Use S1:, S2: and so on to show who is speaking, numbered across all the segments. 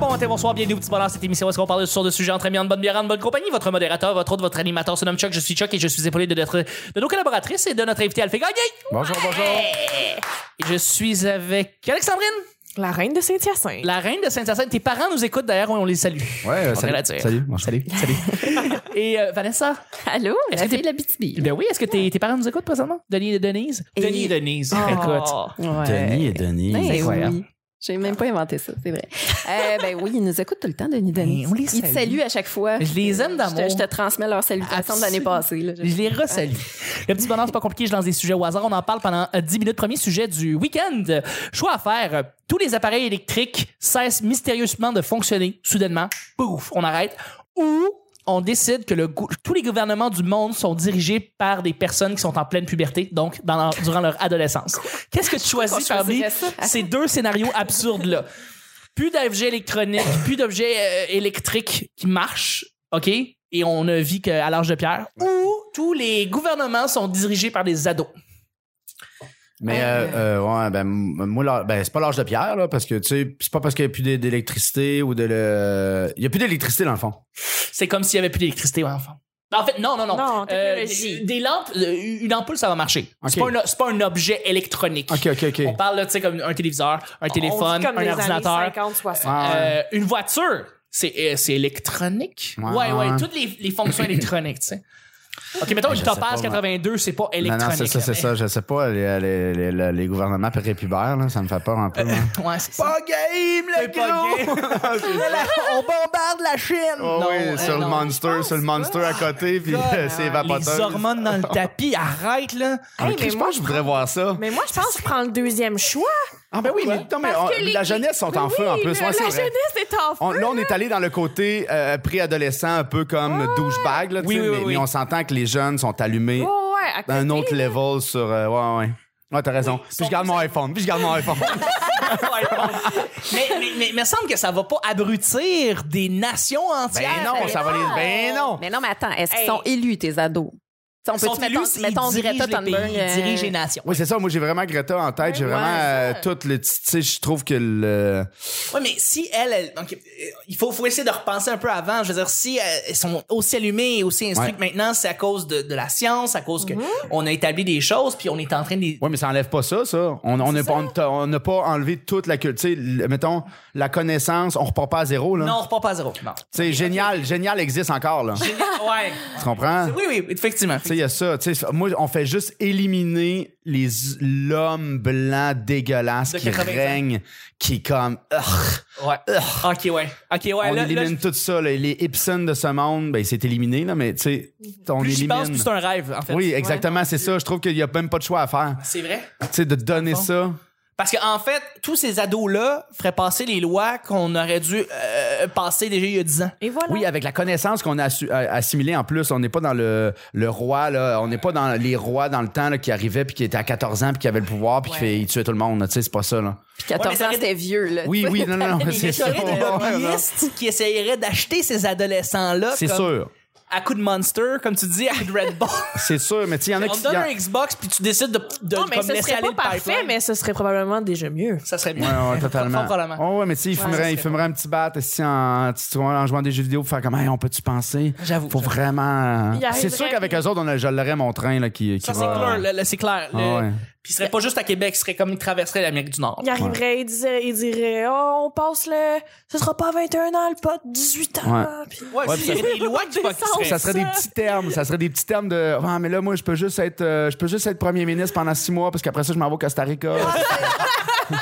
S1: matin, bonsoir, bienvenue au petit bonheur. Cette émission, où est-ce qu'on parle de toutes sortes de sujets entre amis, en bonne bière, en bonne compagnie? Votre modérateur, votre autre, votre animateur se nomme Chuck. Je suis Chuck et je suis épaulé de, notre, de nos collaboratrices et de notre invité Alphé Gagné.
S2: Bonjour, bonjour.
S1: Et je suis avec Alexandrine,
S3: La reine de Saint-Hyacinthe.
S1: la reine de Saint-Hyacinthe. Tes parents nous écoutent d'ailleurs, on les salue.
S2: Ouais, euh,
S1: On
S2: salut.
S1: est là, tu-
S2: Salut, moi, je-
S1: Salut, salut. et euh, Vanessa?
S4: Allô,
S1: Est-ce
S4: la
S1: que t'es-
S4: fille de la BTB.
S1: Ben oui, est-ce que tes, tes parents nous écoutent présentement? Denis et Denise?
S4: Et-
S1: Denis et Denise. Écoute.
S2: Denis et Denis.
S4: Ben
S1: c'est incroyable.
S4: oui. J'ai même pas inventé ça, c'est vrai. Euh, ben oui, ils nous écoutent tout le temps, Denis Denis.
S1: Et Ben, on les
S4: Ils te
S1: salue.
S4: saluent à chaque fois.
S1: Je les aime d'amour.
S4: Je te, je te transmets leurs salutations de l'année
S1: Absolument.
S4: passée. là.
S1: Je les resalue. Le petit bonheur, c'est pas compliqué. Je lance des sujets au hasard. On en parle pendant euh, 10 minutes. Premier sujet du week-end. Euh, Choix à faire. Euh, Tous les appareils électriques cessent mystérieusement de fonctionner. Soudainement, pouf, on arrête. Ou on décide que le gou- tous les gouvernements du monde sont dirigés par des personnes qui sont en pleine puberté, donc dans leur- durant leur adolescence. Qu'est-ce que tu choisis
S4: qu'on
S1: parmi
S4: choisirait ça.
S1: ces deux scénarios absurdes-là? Plus d'objets électroniques, plus d'objets euh, électriques qui marchent, OK? Et on ne vit qu'à l'âge de pierre. Ou tous les gouvernements sont dirigés par des ados.
S2: Mais euh, euh, ouais, ben, m- moi, l'âge- ben, c'est pas l'âge de pierre, là, parce que, tu sais, c'est pas parce qu'il y a plus d'é- d'électricité ou de le... Il y a plus d'électricité, dans le fond.
S1: C'est comme s'il n'y avait plus d'électricité, ouais, enfin. Ben, En fait, non, non, non.
S3: Non,
S1: Euh,
S3: technologie.
S1: des, des lampes, euh, une ampoule, ça va marcher. C'est
S2: OK.
S1: pas, un- c'est pas un objet électronique.
S2: OK, OK, OK.
S1: On parle, là, tu sais, comme un téléviseur, un téléphone,
S3: comme
S1: un
S3: les
S1: ordinateur.
S3: années 50, 60.
S2: Ah, ouais.
S1: Euh, une voiture, c'est euh, c'est électronique.
S2: Ouais,
S1: Ouais, ouais,
S2: ouais.
S1: toutes les, les fonctions électroniques, tu sais. OK, mettons
S2: Mais
S1: une
S2: je sais
S1: Topaz
S2: pas,
S1: 82, c'est pas
S2: non,
S1: électronique.
S2: non, c'est ça, c'est ça. Je sais pas, les, euh, les, les, les- les gouvernements prépubères, là, ça me fait peur un peu. là.
S1: ça. Ouais, c'est ça.
S2: Pas game, le
S1: C'est pas
S2: gros!
S1: On bombarde la Chine!
S2: Oh oui, sur le monster, sur le monster à côté, puis euh, c'est
S1: Les
S2: vapoteur.
S1: hormones dans le tapis, arrête, là!
S3: Hey, mais
S2: je
S3: moi,
S2: pense que je voudrais voir ça.
S3: Mais moi, je pense que je prends le deuxième choix.
S2: Ah ben oui, mais, non, mais
S3: Parce
S2: on-
S3: que les-
S2: la jeunesse sont
S3: Mais
S2: en
S3: oui,
S2: feu en plus.
S3: le-
S2: Ouais, c'est
S3: la
S2: vrai.
S3: jeunesse est en feu.
S2: On- là, on est allé dans le côté euh, préadolescent, un peu comme
S3: Ah!
S2: douchebag, là, tu
S1: Oui,
S2: sais,
S1: oui,
S2: mais,
S1: oui.
S2: mais on s'entend que les jeunes sont allumés
S3: Ouais, ouais, à côté.
S2: d'un autre level sur. euh, ouais, ouais. Ouais, t'as raison. puis je garde mon iPhone. Puis je garde mon iPhone.
S1: mais, mais, mais, me semble que ça va pas abrutir des nations
S2: ben
S1: entières.
S2: non, ça va les. Ben non.
S4: Mais non, mais attends, est-ce qu'ils
S3: Hey.
S4: sont élus, tes ados? Tu sais,
S1: Ils
S4: On
S1: sont
S4: peut-tu, mettons,
S1: élus, ils
S4: mettons
S1: dirigent
S4: Greta
S1: les
S4: Thunberg.
S1: pays, ils
S4: euh,
S1: dirigent les nations.
S2: Oui, c'est ça. Moi, j'ai vraiment Greta en tête. J'ai vraiment euh, tout le. Tu sais, je trouve que le.
S1: Oui, mais si elle, elle- donc, euh, il faut, faut essayer de repenser un peu avant. Je veux dire, si euh, elles sont aussi allumées et aussi instruites maintenant, c'est à cause de, de la science, à cause que on a établi des choses, puis on est en train de. les-
S2: Oui, mais ça enlève pas ça, ça. On on n'a pas, on t'a- on n'a pas enlevé toute la culture. Tu sais, le- mettons, la connaissance, on repart pas à zéro, là.
S1: Non, on repart pas à zéro. Non.
S2: Tu sais, génial, génial existe encore, là. Tu
S1: ouais.
S2: comprends?
S1: Oui, oui, effectivement.
S2: Tu sais, il y a ça. Tu sais, Moi, on fait juste éliminer les l'homme blanc dégueulasse
S1: De
S2: qui
S1: 80.
S2: règne, qui est comme. Ugh.
S1: Ouais. Ok, ouais. Ok, ouais.
S2: on
S1: là, là,
S2: élimine tout ça. là. Les Ibsen de ce monde, ben, c'est éliminé, là, mais tu sais, on
S1: plus j'y
S2: élimine.
S1: pense, plus c'est un rêve, en fait.
S2: oui, exactement, c'est ça. Je trouve qu'il n'y a même pas de choix à faire.
S1: C'est vrai.
S2: Tu sais, de donner ça.
S1: Parce qu'en fait, tous ces ados-là feraient passer les lois qu'on aurait dû euh, passer déjà il y a 10 ans.
S3: Et voilà.
S2: Oui, avec la connaissance qu'on a assu- a- assimilée en plus, on n'est pas dans le, le roi, là, on n'est pas dans les rois dans le temps là, qui arrivaient puis qui étaient à 14 ans puis qui avaient le pouvoir puis qui fait, ils tuaient tout le monde, là, tu sais, c'est pas ça. Là.
S4: Puis 14
S1: Ouais, mais
S4: ans,
S1: ça
S4: c'était vieux, là.
S2: Oui,
S4: tu sais.
S2: oui, non, non, non, c'est
S1: Il y
S2: ça.
S1: aurait des
S2: Ouais, non.
S1: lobbyistes qui essaieraient d'acheter ces adolescents-là.
S2: C'est
S1: comme-
S2: sûr,
S1: à coup de Monster, comme tu dis, à coup de Red Bull.
S2: c'est sûr, mais tu sais, il y en a
S1: On
S2: qui...
S1: te
S2: il
S1: donne
S2: y en-
S1: un Xbox puis tu décides de, de
S3: Non, mais
S1: comme
S3: ce
S1: laisser
S3: serait
S1: aller
S3: pas
S1: le pipeline.
S3: parfait, mais ce serait probablement déjà mieux.
S1: ça serait bien.
S2: Ouais, ouais,
S1: Fort
S2: totalement.
S1: probablement.
S2: Oh, ouais, mais tu sais, il
S1: ça
S2: fumerait, il
S1: serait
S2: fumerait un petit bat ici en, tu sais, en jouant à des jeux vidéo pour faire comme, hey, on peut-tu penser?
S1: J'avoue,
S2: Faut
S1: j'avoue.
S2: vraiment.
S3: Il
S2: C'est sûr
S3: arriverait,
S2: qu'avec
S3: puis-
S2: eux autres, on a, je l'aurais mon train là, qui, qui
S1: Ça, c'est
S2: va-
S1: clair. là, là, c'est clair. Le-
S2: Ah ouais.
S1: Puis il serait pas juste à Québec, il serait comme il traverserait l'Amérique du Nord.
S3: Il arriverait, il, disait, il dirait Oh, on passe le. Ce sera pas 21 ans, le pote, 18 ans.
S2: Ouais.
S3: Puis-
S1: Ouais,
S2: Ouais,
S1: puis il y aurait des lois qui, pas, qui
S3: Descends.
S1: seraient-
S2: Ça serait des petits termes. Ça serait des petits termes de. Ah, mais là, moi, je peux juste être, euh, je peux juste être premier ministre pendant six mois parce qu'après ça, je m'en vais au Costa Rica.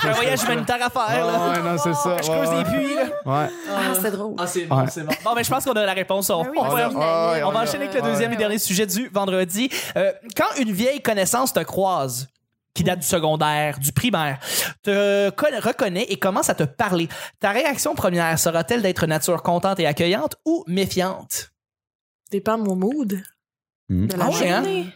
S1: J'ai un voyage humanitaire à faire.
S2: Ah,
S1: Là.
S2: ouais, non, c'est ça.
S1: Je
S2: Ouais,
S1: creuse
S2: ouais.
S1: des puits. Là.
S2: Ouais.
S4: Ah, c'est drôle.
S1: Ah, c'est bon,
S2: Ouais.
S1: c'est bon. Bon, mais je pense qu'on a la réponse. On,
S3: oui,
S1: on va-
S3: on
S2: Ah, ouais,
S1: on va
S2: a-
S1: enchaîner avec le
S2: ouais.
S1: deuxième et dernier sujet du vendredi. Euh, quand une vieille connaissance te croise, qui date du secondaire, du primaire, te conna- reconnaît et commence à te parler, ta réaction première sera-t-elle d'être nature contente et accueillante ou méfiante?
S3: Dépend de mon mood.
S2: Mm.
S3: De la
S1: Ah ouais,
S3: journée.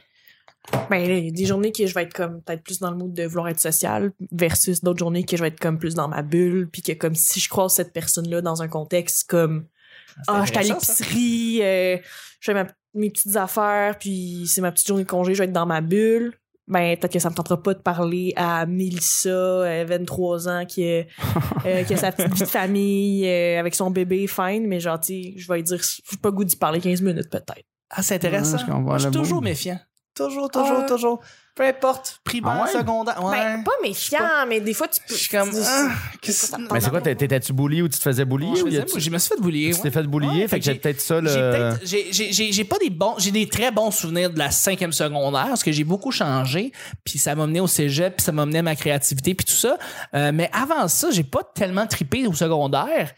S3: Ben, il y a des journées que je vais être comme peut-être plus dans le mood de vouloir être sociale versus d'autres journées que je vais être comme plus dans ma bulle puis que comme si je croise cette personne-là dans un contexte comme ah, je suis à
S1: intéressant, ça.
S3: l'épicerie, euh, je fais ma- mes petites affaires puis c'est ma petite journée de congé, je vais être dans ma bulle ben peut-être que ça me tentera pas de parler à Mélissa, euh, 23 ans, qui, est- euh, qui a sa petite vie de famille euh, avec son bébé, fine, mais genre, tu sais, je vais lui dire, j'ai pas le goût d'y parler 15 minutes peut-être.
S1: Ah, c'est intéressant.
S2: Ouais, je comprends
S1: Moi, je suis
S2: le
S1: toujours
S2: bout.
S1: méfiant. Toujours, toujours,
S3: Ah.
S1: toujours. Peu importe, primaire,
S2: Ah ouais?
S1: secondaire. Ouais.
S3: Ben, pas méfiant, mais des fois, tu
S1: je
S3: peux...
S1: suis comme.
S3: tu-
S1: ah, qu'est-ce-
S3: Mais
S2: Mais c'est quoi, t'es- t'étais-tu bully ou tu te faisais bully?
S1: Ah, Je,
S2: ou y
S1: faisais-
S2: a-tu-
S1: je me suis fait boulier.
S2: tu t'es fait bullier,
S1: Ouais,
S2: fait que j'ai
S1: j'ai-
S2: peut-être ça
S1: J'ai
S2: le.
S1: peut-être- j'ai- j'ai- j'ai- j'ai pas des bons, j'ai des très bons souvenirs de la cinquième secondaire parce que j'ai beaucoup changé, puis ça m'a mené au cégep, puis ça m'a mené à ma créativité, puis tout ça. Euh, mais avant ça, j'ai pas tellement trippé au secondaire.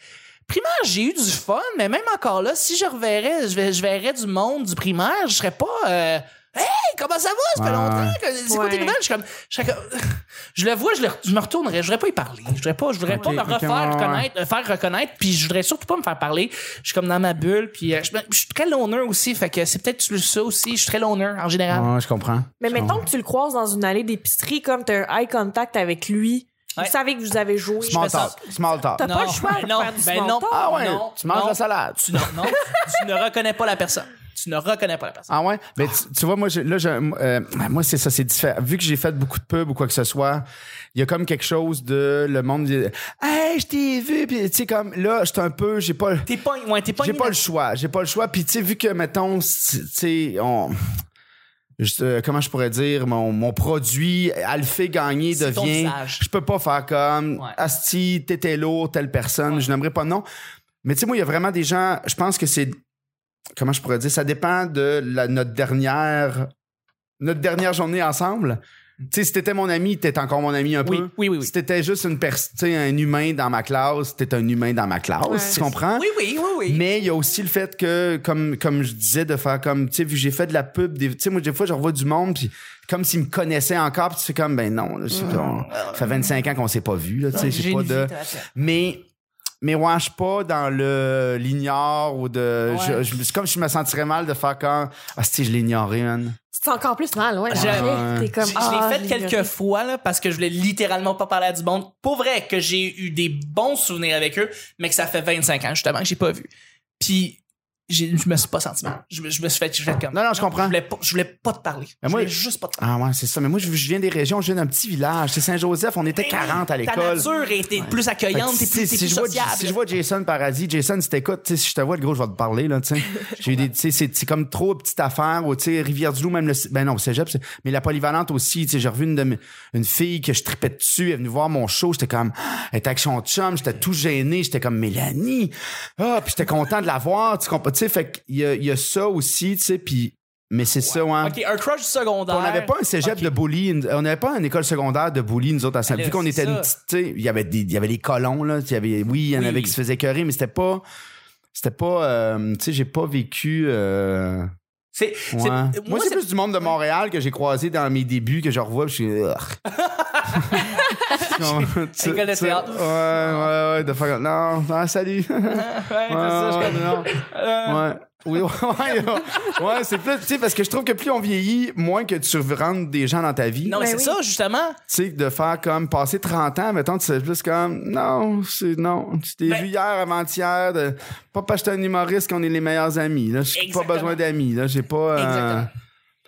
S1: Primaire, j'ai eu du fun, mais même encore là, si je reverrais, je, vais- je verrais du monde du primaire, je serais pas. euh, hey, comment ça va? Ça fait
S2: Ouais.
S1: longtemps. que- C'est quoi tes
S3: Ouais.
S1: nouvelles? Je suis comme, je, serais comme- je le vois, je, le- je me retournerais, je voudrais pas y parler, je voudrais pas, je voudrais
S2: Ok,
S1: pas me
S2: ok,
S1: refaire
S2: ouais, ouais.
S1: connaître être- euh, faire reconnaître, puis je voudrais surtout pas me faire parler. Je suis comme dans ma bulle, puis euh, je, me- je suis très loner aussi, fait que c'est peut-être ça aussi. Je suis très loner en général.
S2: Ouais, je comprends.
S3: Mais
S2: Je
S3: mettons
S2: comprends.
S3: que tu le croises dans une allée d'épicerie, comme t'as un eye contact avec lui,
S1: Ouais.
S3: vous savez que vous avez joué.
S2: Small
S1: je fais ça.
S2: talk. Small talk.
S3: T'as
S1: Non,
S3: pas le choix
S1: ben
S3: de
S1: non,
S3: faire du
S1: ben
S3: small
S1: non.
S3: talk.
S2: Ah ouais,
S1: Non,
S2: tu manges
S1: non.
S2: la salade.
S1: Tu, non, non, tu ne reconnais pas la personne. Tu ne reconnais pas la personne.
S2: Ah ouais? Mais tu, tu vois, moi, j'ai- là, j'ai- euh, moi c'est ça, c'est différent. Vu que j'ai fait beaucoup de pubs ou quoi que ce soit, il y a comme quelque chose de le monde. dit, Hey, je t'ai vu. Puis, tu sais, comme là, j'étais un peu. J'ai pas.
S1: T'es pas, ouais, t'es pas.
S2: Ah. J'ai
S1: une-
S2: pas le choix. J'ai pas le choix. Puis, tu sais, vu que, mettons, c'est- tu sais, on. je- euh, comment je pourrais dire, mon, mon produit Alphé Gagné
S1: C'est ton
S2: devient.
S1: visage.
S2: Je peux pas faire comme
S1: Ouais.
S2: Asti, t'étais lourd, telle personne, je n'aimerais pas. Non. Mais tu sais, moi, il y a vraiment des gens. Je pense que c'est. Comment je pourrais dire? Ça dépend de la- notre dernière. Notre dernière journée ensemble. Tu sais, si t'étais mon ami, t'étais encore mon ami un
S1: Oui,
S2: peu.
S1: oui, oui, oui.
S2: Si t'étais juste une pers- tu sais, un humain dans ma classe, t'étais un humain dans ma classe.
S3: Ouais.
S2: Tu comprends?
S1: Oui, oui, oui, oui.
S2: Mais il y a aussi le fait que, comme, comme je disais, de faire comme, tu sais, vu que j'ai fait de la pub, des- tu sais, moi, des fois, je revois du monde, puis comme s'ils me connaissaient encore, puis tu fais comme, ben non, là, c'est- on- ça fait 25 ans qu'on s'est pas vu, là, tu sais, j'ai
S1: J'ai
S2: pas
S1: une
S2: de.
S1: vie, t'as-
S2: Mais, mais ouais, je suis pas dans le l'ignore ou de.
S1: Ouais.
S2: je- je- c'est comme je me sentirais mal de faire quand, ah, si, je l'ignorais, man.
S3: Tu te sens encore plus mal, ouais.
S1: J'ai-
S3: après, T'es comme,
S1: Je, je
S3: ah,
S1: l'ai fait quelques fois là, parce que je voulais littéralement pas parler à du monde. Pour vrai que j'ai eu des bons souvenirs avec eux, mais que ça fait 25 ans justement que j'ai pas vu. Puis j'ai- je me suis pas senti mal. Je, me- je me suis fait, je me suis fait comme.
S2: Non, non, je comprends.
S1: Je voulais pas, je voulais pas te parler.
S2: Mais
S1: je
S2: moi,
S1: voulais juste pas te parler.
S2: Ah ouais, c'est ça. Mais moi, je, je viens des régions, je viens d'un petit village. C'est Saint-Joseph, on était 40 à
S1: Ta
S2: l'école.
S1: nature était plus accueillante, t'es
S2: Fait que
S1: plus,
S2: si-
S1: t'es
S2: si
S1: plus
S2: je vois-
S1: sociable.
S2: Si je vois Jason Paradis, Jason, si t'écoutes, tu sais, si je te vois, le gros, je vais te parler, là, tu sais. J'ai eu des, tu sais, c'est c'est comme trop petite affaire, ou, tu sais, Rivière-du-Loup, même le, ben non, cégep, c'est- mais la polyvalente aussi, tu sais, j'ai revu une de mes- une fille que je tripais dessus, elle est venue voir mon show, j'étais comme, elle était avec son chum, j'étais tout gêné, j'étais comme Mélanie. Ah, puis j'étais content de la voir, tu comprends, tu sais, fait qu'il y a, il y a ça aussi, tu sais, puis, mais c'est ça, hein.
S1: ok,
S2: ouais.
S1: un crush secondaire.
S2: On n'avait pas un cégep
S1: Ok. Ah,
S2: de bully, une- on n'avait pas une école secondaire de bully, nous autres, à Saint-
S1: Là,
S2: Vu qu'on
S1: c'est
S2: était une
S1: ça.
S2: petite, tu sais, il y avait des, il y avait les colons, là. il y avait, oui, il y en
S1: Oui.
S2: avait qui se faisaient écœurer, mais c'était pas, c'était pas, euh, tu sais, j'ai pas vécu, euh,
S1: C'est, c'est-
S2: ouais.
S1: moi,
S2: Moi, c'est
S1: c'est-
S2: plus du monde de Montréal que j'ai croisé dans mes débuts, que je revois, puis je suis, Ugh. Tu comprends? Tu-
S1: École de
S2: tu-
S1: théâtre.
S2: Ouais, ouais, ouais, de faire comme, non, ah, salut.
S1: Ouais, c'est ça, je
S2: Ouais,
S1: comprends. Euh.
S2: non. Ouais. Oui, ouais, ouais, ouais, c'est plus, tu sais, parce que je trouve que plus on vieillit, moins que tu rentres des gens dans ta vie.
S1: Non, mais
S3: Ben
S1: c'est
S3: oui.
S1: ça, justement.
S2: Tu sais, de faire comme, passer 30 ans, mettons, tu sais, plus comme, non, c'est, non, tu t'es
S1: Ben-
S2: vu hier, avant-hier, de, pas parce que j'étais un humoriste qu'on est les meilleurs amis, là. J'ai pas
S1: Exactement.
S2: besoin d'amis, là. J'ai pas, euh,
S1: Exactement.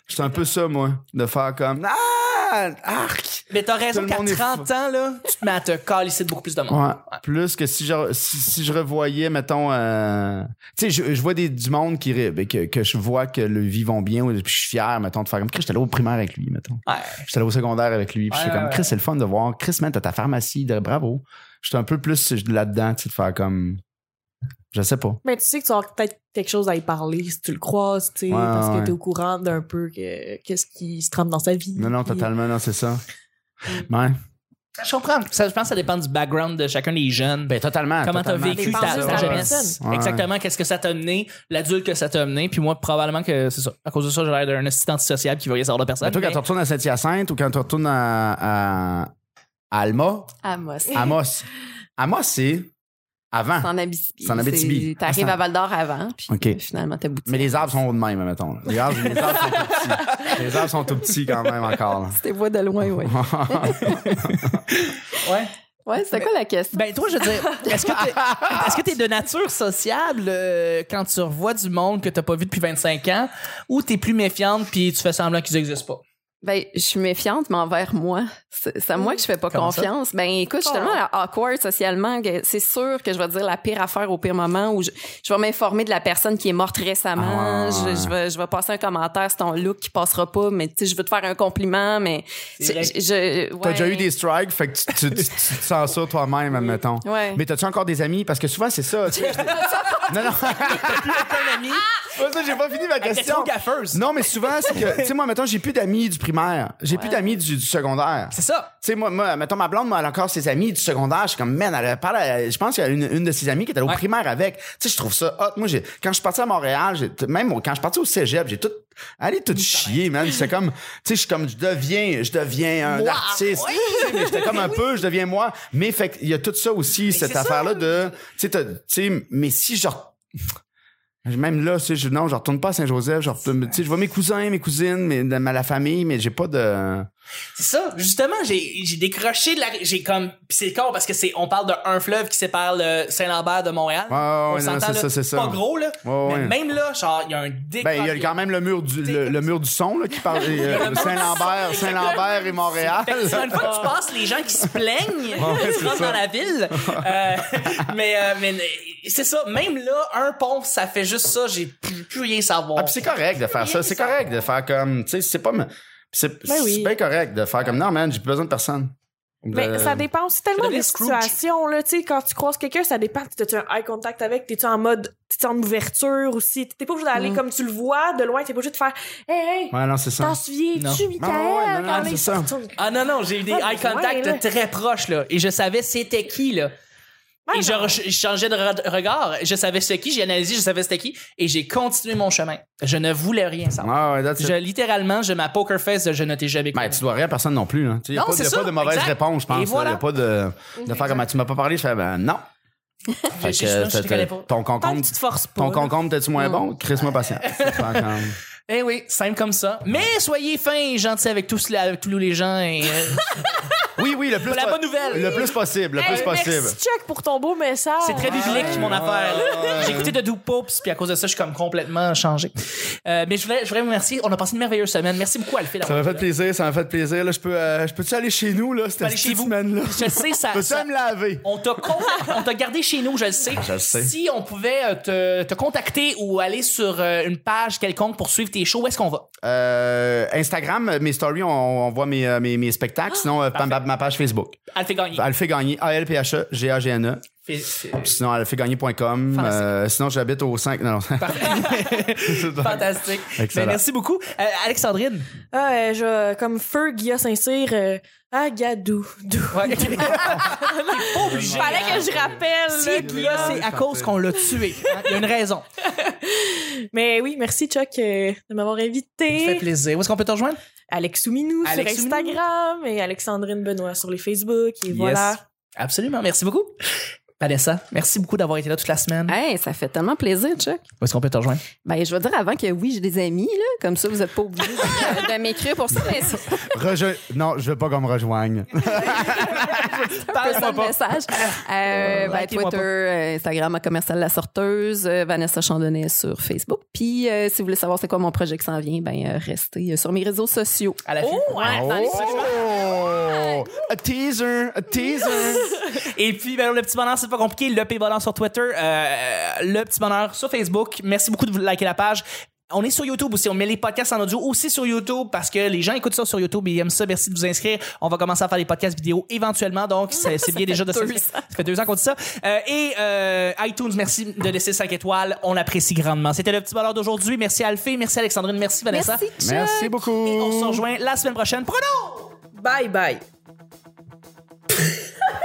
S2: j'étais un peu ça, moi, de faire comme, ah, arc!
S1: Mais t'as
S2: Tout
S1: raison
S2: le
S1: qu'à
S2: monde est
S1: 30 ans, là, tu te mets à te calisser de beaucoup plus de monde.
S2: Ouais. Plus que si je, si, si je revoyais, mettons, euh, tu sais, je, je vois des, du monde qui, rit, ben, que, que je vois que le vivons bien, ou- puis je suis fier, mettons, de faire comme Chris, j'étais allé au primaire avec lui, mettons.
S1: Ouais.
S2: J'étais allé au secondaire avec lui, puis
S1: Ouais,
S2: j'étais comme
S1: ouais,
S2: Chris, c'est le fun de voir. Chris, man, t'as ta pharmacie, de, bravo. J'étais un peu plus là-dedans, tu sais, de faire comme. Je sais pas.
S3: Mais tu sais que tu as peut-être quelque chose à y parler si tu le croises, tu sais,
S2: Ouais,
S3: parce que
S2: ouais.
S3: t'es au courant d'un peu que- qu'est-ce qui se trame dans sa vie.
S2: Non, non,
S3: puis-
S2: totalement, non, c'est ça. Ouais.
S1: Je comprends. Ça, je pense que ça dépend du background de chacun des jeunes.
S2: Ben, totalement.
S1: Comment t'as
S2: totalement.
S1: vécu
S3: Dépend
S1: ta,
S3: juste
S1: ta
S3: de la
S1: jeunesse?
S2: personne. Ouais.
S1: Exactement, qu'est-ce que ça t'a mené, l'adulte que ça t'a mené, puis moi, probablement que c'est ça. À cause de ça, j'ai l'air d'un assistant antisocial qui voyait ça de personne.
S2: Ben, toi, quand
S1: mais-
S2: tu retournes à Saint-Hyacinthe ou quand tu retournes à, à- à Alma,
S4: Amos.
S1: Eh. Ah,
S2: Amos. Amos, c'est avant.
S4: C'est en Abitibi.
S2: C'est en Abitibi.
S4: C'est-
S1: Ah,
S4: T'arrives à Val d'Or avant, puis
S2: OK.
S4: euh, finalement, t'aboutis.
S2: Mais les arbres sont de même, mettons. Les arbres, les arbres sont tout petits. Les arbres sont tout petits quand même encore. là.
S4: Tu les vois de loin, oui.
S1: Ouais.
S4: Ouais, c'était quoi la question?
S1: Ben, toi, je veux dire, est-ce que t'es- est-ce que t'es de nature sociable euh, quand tu revois du monde que t'as pas vu depuis 25 ans ou t'es plus méfiante puis tu fais semblant qu'ils existent pas?
S4: Ben, je suis méfiante, mais envers moi. C'est c'est à moi que je fais pas
S1: Comment ça?
S4: confiance. Ben, écoute, je suis
S3: Oh.
S4: tellement awkward socialement que c'est sûr que je vais dire la pire affaire au pire moment où je, je vais m'informer de la personne qui est morte
S2: Ah
S4: récemment.
S2: ouais.
S4: Je, je vais, je vais passer un commentaire sur ton look qui passera pas, mais tu sais, je veux te faire un compliment, mais
S1: C'est vrai.
S4: je- je- je-
S2: T'as
S4: ouais.
S2: déjà eu des strikes, fait que tu, tu, tu- tu te sens ça toi-même, admettons.
S4: Ouais.
S2: Mais t'as-tu encore des amis? Parce que souvent, c'est ça. tu sais, je- non, non.
S1: Ah!
S2: C'est pas ça, j'ai pas fini ma
S1: Question
S2: question.
S1: gaffeuse.
S2: Non, mais souvent, c'est que, tu sais, moi, mettons, j'ai plus d'amis du primaire. J'ai plus d'amis du, du secondaire.
S1: C'est ça.
S2: Tu sais, moi, moi, mettons, ma blonde, moi, elle a encore ses amis du secondaire. Je suis comme, man, elle a parlé à- je pense qu'il y a une, une de ses amies qui est allée
S1: Ouais.
S2: au primaire avec. Tu sais, je trouve ça hot. Moi, j'ai, quand je suis parti à Montréal, j'ai, t- même au- quand je suis parti au cégep, j'ai tout, allez tout chier, man. C'est comme, tu sais, je suis comme, je deviens, je deviens un artiste. Tu sais, mais J'étais comme un peu, je deviens moi. Mais fait qu'il y a tout ça aussi, cette
S1: c'est ça.
S2: affaire-là de, tu sais, t'as- tu sais, mais si je re- même là, tu sais, je, non, je retourne pas à Saint-Joseph, je retourne- tu sais, je vois mes cousins, mes cousines, mais ma, la famille, mais j'ai pas de,
S1: C'est ça. Justement, j'ai j'ai décroché de la. J'ai comme. Puis c'est con parce que c'est. On parle d'un fleuve qui sépare le Saint-Lambert de Montréal.
S2: Ouais, ouais,
S1: on
S2: Ah ouais, non,
S1: s'entend,
S2: c'est
S1: là,
S2: ça, c'est ça.
S1: Pas gros, là.
S2: Ouais,
S1: mais
S2: ouais.
S1: même là, genre, il y a un décroche.
S2: Ben, il y a quand même le mur du, le, le mur du son là, qui parle euh, Saint-Lambert, Saint-Lambert et Montréal.
S1: Fait que c'est une fois que tu passes les gens qui se plaignent
S2: Ouais,
S1: tu
S2: c'est
S1: rentres
S2: ça.
S1: dans la ville. Euh, mais euh, mais euh, c'est ça, même là, un pont, ça fait juste ça, j'ai plus, plus rien savoir.
S2: Ah, puis c'est correct de faire ça, c'est correct de faire comme tu sais, c'est pas me- c'est
S3: Ben oui.
S2: c'est bien correct de faire comme non man, j'ai plus besoin de personne.
S3: Mais
S1: Ben,
S2: De-
S3: ça dépend aussi tellement
S1: devenir
S3: des
S1: Scrooge.
S3: situations. Là, tu sais, quand tu croises quelqu'un, ça dépend. T'as-tu un eye contact avec? T'es-tu en mode. T'es-tu en ouverture aussi? T'es pas obligé d'aller
S4: Mm.
S3: comme tu le vois de loin. T'es pas obligé de faire. Hey, hey!
S2: Ouais, non, c'est ça.
S3: T'en souviens-tu,
S1: Non.
S3: Michael?
S2: Non, ouais, non, non,
S3: quand
S2: c'est
S3: les-
S2: ça.
S1: Ah non, non, j'ai eu des
S3: Pas
S1: eye
S3: besoin,
S1: contact
S3: là.
S1: très proches, là. Et je savais c'était qui, là.
S3: Ouais,
S1: et je,
S3: non.
S1: re- je changeais de re- regard. Je savais c'était qui, j'ai analysé, je savais c'était qui. Et j'ai continué mon chemin. Je ne voulais rien savoir.
S2: Ouais, ouais, that's it.
S1: Je, littéralement, j'ai ma poker face de je ne t'ai jamais connu.
S2: Ben, tu dois rien à personne non plus. Il n'y a,
S1: Non,
S2: pas,
S1: c'est
S2: y a
S1: ça,
S2: pas de mauvaise
S1: exact.
S2: réponse, je pense.
S1: Et
S2: là.
S1: voilà.
S2: Y a pas de, de faire comme tu m'as pas parlé, je fais ben non. Fait
S1: Je- je-
S2: que,
S1: je te
S2: t'as-
S1: connais
S2: t'as-
S1: pas.
S2: ton
S3: Tant que
S2: concombre,
S3: tu te forces pas.
S2: ton
S3: là.
S2: concombre, t'es-tu
S1: Hmm.
S2: moins bon? Chris-moi patience. Fait que,
S1: Eh oui, simple comme ça. Mais soyez fins et gentils avec tous, avec tous les gens. Et, euh,
S2: Oui, oui, le plus
S1: La bonne nouvelle.
S2: Le plus possible, le plus
S3: Hey,
S2: possible.
S3: Merci, Chuck, pour ton beau message.
S1: c'est très biblique, mon
S2: ouais,
S1: affaire.
S2: ouais, ouais.
S1: J'ai écouté de Doop Pops, puis à cause de ça, je suis comme complètement changé. Euh, mais je voulais, je voulais vous remercier. On a passé une merveilleuse semaine. Merci beaucoup, Alphée.
S2: Ça m'a fait plaisir, ça m'a fait plaisir. Là, je peux, euh, je peux-tu aller chez nous, là, cette
S1: aller chez
S2: petite
S1: vous.
S2: semaine-là?
S1: Je sais, ça.
S2: Peux-tu
S1: ça-
S2: aller me laver?
S1: On t'a con- on t'a gardé chez nous, je le sais.
S2: je le sais.
S1: Si on pouvait euh, te, te contacter ou aller sur euh, une page quelconque pour suivre tes shows, où est-ce qu'on va?
S2: Euh, Instagram, mes stories, on, on voit mes, euh, mes, mes spectacles. Sinon, euh, ma, ma page Facebook.
S1: Elle fait gagner.
S2: Elle fait gagner E, A-L-P-H-E-G-A-G-N-E.
S1: Fais- fais-
S2: Sinon, elle fait gagner.com.
S1: Fantastique.
S2: euh, sinon, j'habite au 5. Non, non.
S1: Fantastique.
S2: Excellent.
S1: Ben, merci beaucoup. Euh, Alexandrine.
S3: Ah, euh, je, comme feu, Guilla Saint-Cyr, euh, ah, gadou, dou.
S1: Ouais. T'es pas obligé.
S3: Fallait que je rappelle, là,
S1: Si
S3: Guilla.
S1: Guilla, c'est à cause qu'on l'a tué. hein. Il y a une raison.
S3: Mais oui, merci, Chuck, euh, de m'avoir
S1: Ça fait
S3: invité.
S1: plaisir. Où est-ce qu'on peut te rejoindre?
S3: Alex Souminou sur
S1: Alex Souminou.
S3: Instagram et Alexandrine Benoît sur les Facebook. Et voilà.
S1: Absolument. Merci beaucoup. Vanessa, merci beaucoup d'avoir été là toute la semaine.
S4: Hey, ça fait tellement plaisir, Chuck.
S1: Où est-ce qu'on peut te rejoindre?
S4: Ben, je vais dire avant que oui, j'ai des amis, là. Comme ça, vous êtes pas obligés de, de m'écrire pour ça. Mais c'est
S2: Reje- Non, je veux pas qu'on me rejoigne.
S4: un Ah, message. Euh, ben,
S1: Ah, likez-moi
S4: Twitter,
S1: pas.
S4: euh, Instagram, à commercial La Sorteuse, euh, Vanessa Chandonnet sur Facebook. Puis, euh, si vous voulez savoir c'est quoi mon projet qui s'en vient, ben, euh, restez euh, sur mes réseaux sociaux.
S1: À la fin.
S3: Oh,
S4: dans les
S2: oh! A teaser! A teaser!
S1: Et puis, ben, le petit bonheur, c'est pas compliqué. Le petit bonheur sur Twitter, euh, le petit bonheur sur Facebook. Merci beaucoup de vous liker la page. On est sur YouTube aussi. On met les podcasts en audio aussi sur YouTube parce que les gens écoutent ça sur YouTube et ils aiment ça. Merci de vous inscrire. On va commencer à faire des podcasts vidéo éventuellement. Donc, c'est c'est bien déjà de
S4: deux
S1: s'inscrire. Ça fait deux ans qu'on dit ça. Euh, et euh, iTunes, merci de laisser 5 étoiles. On l'apprécie grandement. C'était le petit bonheur d'aujourd'hui. Merci Alphée, merci Alexandrine, merci Vanessa.
S4: Merci, Chuck.
S2: Merci beaucoup.
S1: Et on se rejoint la semaine prochaine. Prono!
S3: Bye bye.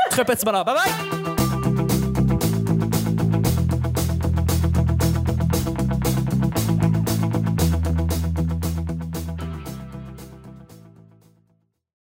S1: Très petit bonheur. Bye bye!